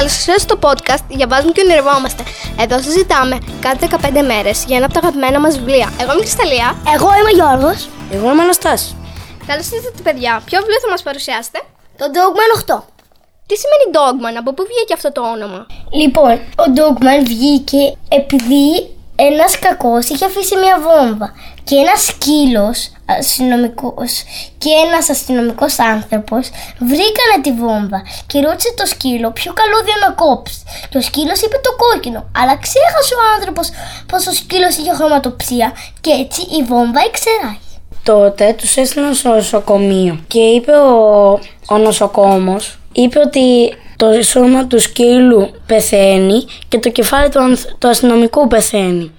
επεισόδιο στο podcast διαβάζουμε και ονειρευόμαστε. Εδώ συζητάμε κάθε 15 μέρες για ένα από τα αγαπημένα μας βιβλία. Εγώ είμαι η Κρυσταλλία. Εγώ είμαι ο Γιώργος. Εγώ είμαι Αναστάση. Καλώς ήρθατε, παιδιά. Ποιο βιβλίο θα μας παρουσιάσετε, Το Dogman 8. Τι σημαίνει Dogman, από πού βγήκε αυτό το όνομα. Λοιπόν, ο Dogman βγήκε επειδή ένας κακός είχε αφήσει μια βόμβα και ένας σκύλος αστυνομικός και ένας αστυνομικός άνθρωπος βρήκανε τη βόμβα και ρώτησε το σκύλο ποιο καλώδιο να κόψει. Και ο σκύλος είπε το κόκκινο, αλλά ξέχασε ο άνθρωπος πως ο σκύλος είχε χρωματοψία και έτσι η βόμβα εξεράει. Τότε τους έστειλαν στο νοσοκομείο και είπε ο, ο νοσοκόμος, είπε ότι το σώμα του σκύλου πεθαίνει και το κεφάλι του, ανθ- του αστυνομικού πεθαίνει.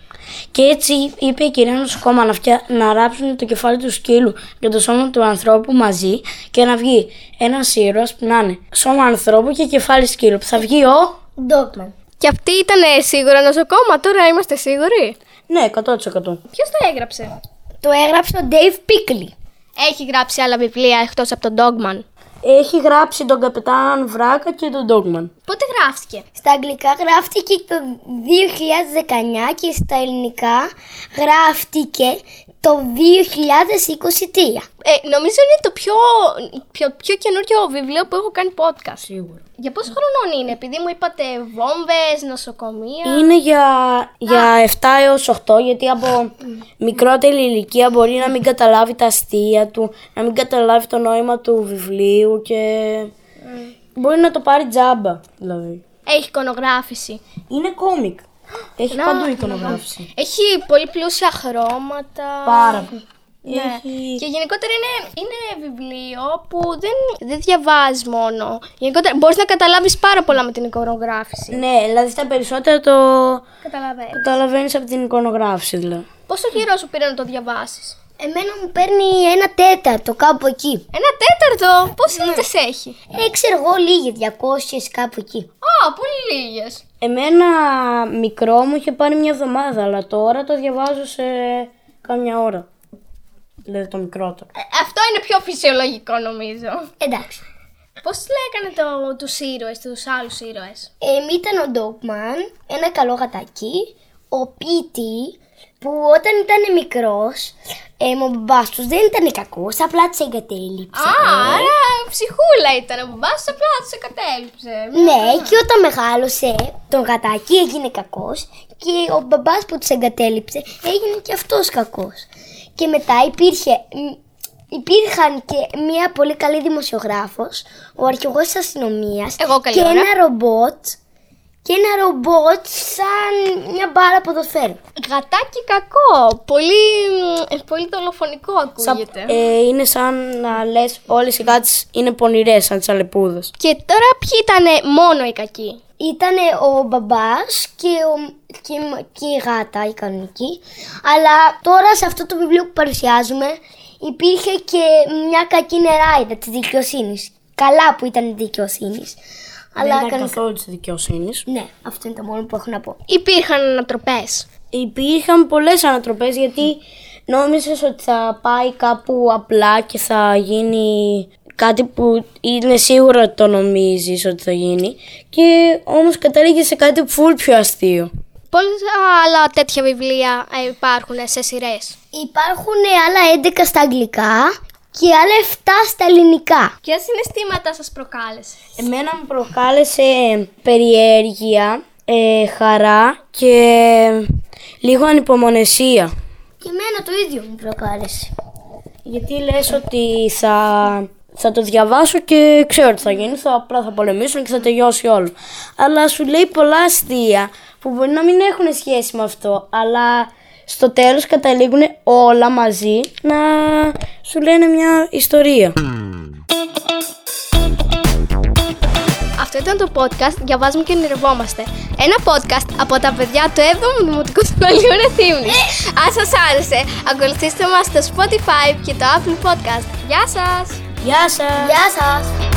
Και έτσι είπε η κυρία νοσοκόμα να, φτια... να ράψουν το κεφάλι του σκύλου και το σώμα του ανθρώπου μαζί και να βγει ένας ήρωας που να είναι σώμα ανθρώπου και κεφάλι σκύλου. Που θα βγει ο... Dogman. Και αυτή ήταν ε, σίγουρα νοσοκόμα, τώρα είμαστε σίγουροι. Ναι, 100%. Ποιος το έγραψε. Το έγραψε ο Dave Pickley. Έχει γράψει άλλα βιβλία εκτός από τον Dogman. Έχει γράψει τον Καπιτάν Βράκα και τον Ντόγμαν. Πότε γράφτηκε. Στα αγγλικά γράφτηκε το 2019 και στα ελληνικά γράφτηκε το 2023. Ε, νομίζω είναι το πιο, πιο, πιο καινούριο βιβλίο που έχω κάνει podcast. Σίγουρα. Για πόσο χρονών είναι, επειδή μου είπατε βόμβες, νοσοκομεία. Είναι για, για 7 έως 8 γιατί από μικρότερη ηλικία μπορεί να μην καταλάβει τα αστεία του, να μην καταλάβει το νόημα του βιβλίου και Mm. μπορεί να το πάρει τζάμπα δηλαδή. Έχει εικονογράφηση. Είναι κόμικ. Έχει παντού εικονογράφηση. Έχει πολύ πλούσια χρώματα. Πάρα πολύ. Ναι. Έχει- Και γενικότερα είναι, είναι βιβλίο που δεν, δεν διαβάζεις μόνο. Γενικότερα μπορείς να καταλάβεις πάρα πολλά με την εικονογράφηση. Ναι, δηλαδή τα περισσότερα το Καταλαβαίνω. καταλαβαίνεις από την εικονογράφηση δηλαδή. Πόσο καιρό σου πήρε να το διαβάσεις, Εμένα μου παίρνει ένα τέταρτο κάπου εκεί. Ένα τέταρτο! Πόσες ναι. έχει. Ε, ξέρω εγώ λίγοι, 200 κάπου εκεί. Α, πολύ λίγες. Εμένα μικρό μου είχε πάρει μια εβδομάδα, αλλά τώρα το διαβάζω σε καμιά ώρα. Δηλαδή το μικρότερο. Ε, Αυτό είναι πιο φυσιολογικό νομίζω. Εντάξει. Πώς λέγανε το, τους ήρωες, τους άλλους ήρωες. Ε, ήταν ο Ντόκμαν, ένα καλό γατάκι, ο Πίτι, που όταν ήταν μικρός, ε, ο μπαμπάς τους δεν ήταν κακός, απλά της εγκατέλειψε. Α, άρα ψυχούλα ήταν. Ο μπαμπάς απλά τους κατέληψε. Ναι, και όταν μεγάλωσε, τον γατάκι έγινε κακός και ο μπαμπάς που τους εγκατέλειψε έγινε και αυτός κακός. Και μετά υπήρχε, μ, υπήρχαν και μια πολύ καλή δημοσιογράφος, ο αρχηγός της αστυνομίας Εγώ καλή και ώρα. ένα ρομπότ και ένα ρομπότ σαν μια μπάρα ποδοσφαίρου. Γατάκι κακό. Πολύ, μ, πολύ δολοφονικό ακούγεται. Ε, είναι σαν να λες όλες οι γάτες είναι πονηρές σαν τις αλεπούδες. Και τώρα ποιοι ήταν μόνο οι κακοί. Ήταν ο μπαμπάς και, ο, και, και η γάτα η κανονική. Αλλά τώρα σε αυτό το βιβλίο που παρουσιάζουμε υπήρχε και μια κακή νεράιδα της δικαιοσύνης. Καλά που ήταν η δικαιοσύνης. Αλλά δεν ήταν κανονικά- καθόλου της δικαιοσύνης. Ναι, αυτό είναι το μόνο που έχω να πω. Υπήρχαν ανατροπές. Υπήρχαν πολλές ανατροπές γιατί νόμιζες ότι θα πάει κάπου απλά και θα γίνει κάτι που είναι σίγουρο ότι το νομίζεις ότι θα γίνει και όμως κατέληγε σε κάτι φουλ πιο αστείο. Πολλά άλλα τέτοια βιβλία ε, υπάρχουν σε σειρές. Υπάρχουν ε, άλλα 11 στα αγγλικά και άλλα 7 στα ελληνικά. Ποια συναισθήματα σας προκάλεσε. Εμένα μου προκάλεσε περιέργεια, ε, χαρά και λίγο ανυπομονεσία. Και εμένα το ίδιο μου προκάλεσε. Γιατί λες ότι θα, θα το διαβάσω και ξέρω τι θα γίνει, θα, απλά θα πολεμήσουν και θα τελειώσει όλο. Αλλά σου λέει πολλά αστεία που μπορεί να μην έχουν σχέση με αυτό, αλλά στο τέλος καταλήγουν όλα μαζί να σου λένε μια ιστορία. Αυτό ήταν το podcast Διαβάζουμε και ονειρευόμαστε. Ένα podcast από τα παιδιά του 7ου Δημοτικού Σχολείου Ρεθύμνης. Αν σας άρεσε, ακολουθήστε μας στο Spotify και το Apple Podcast. Γεια σας! Γεια σας! Γεια σας!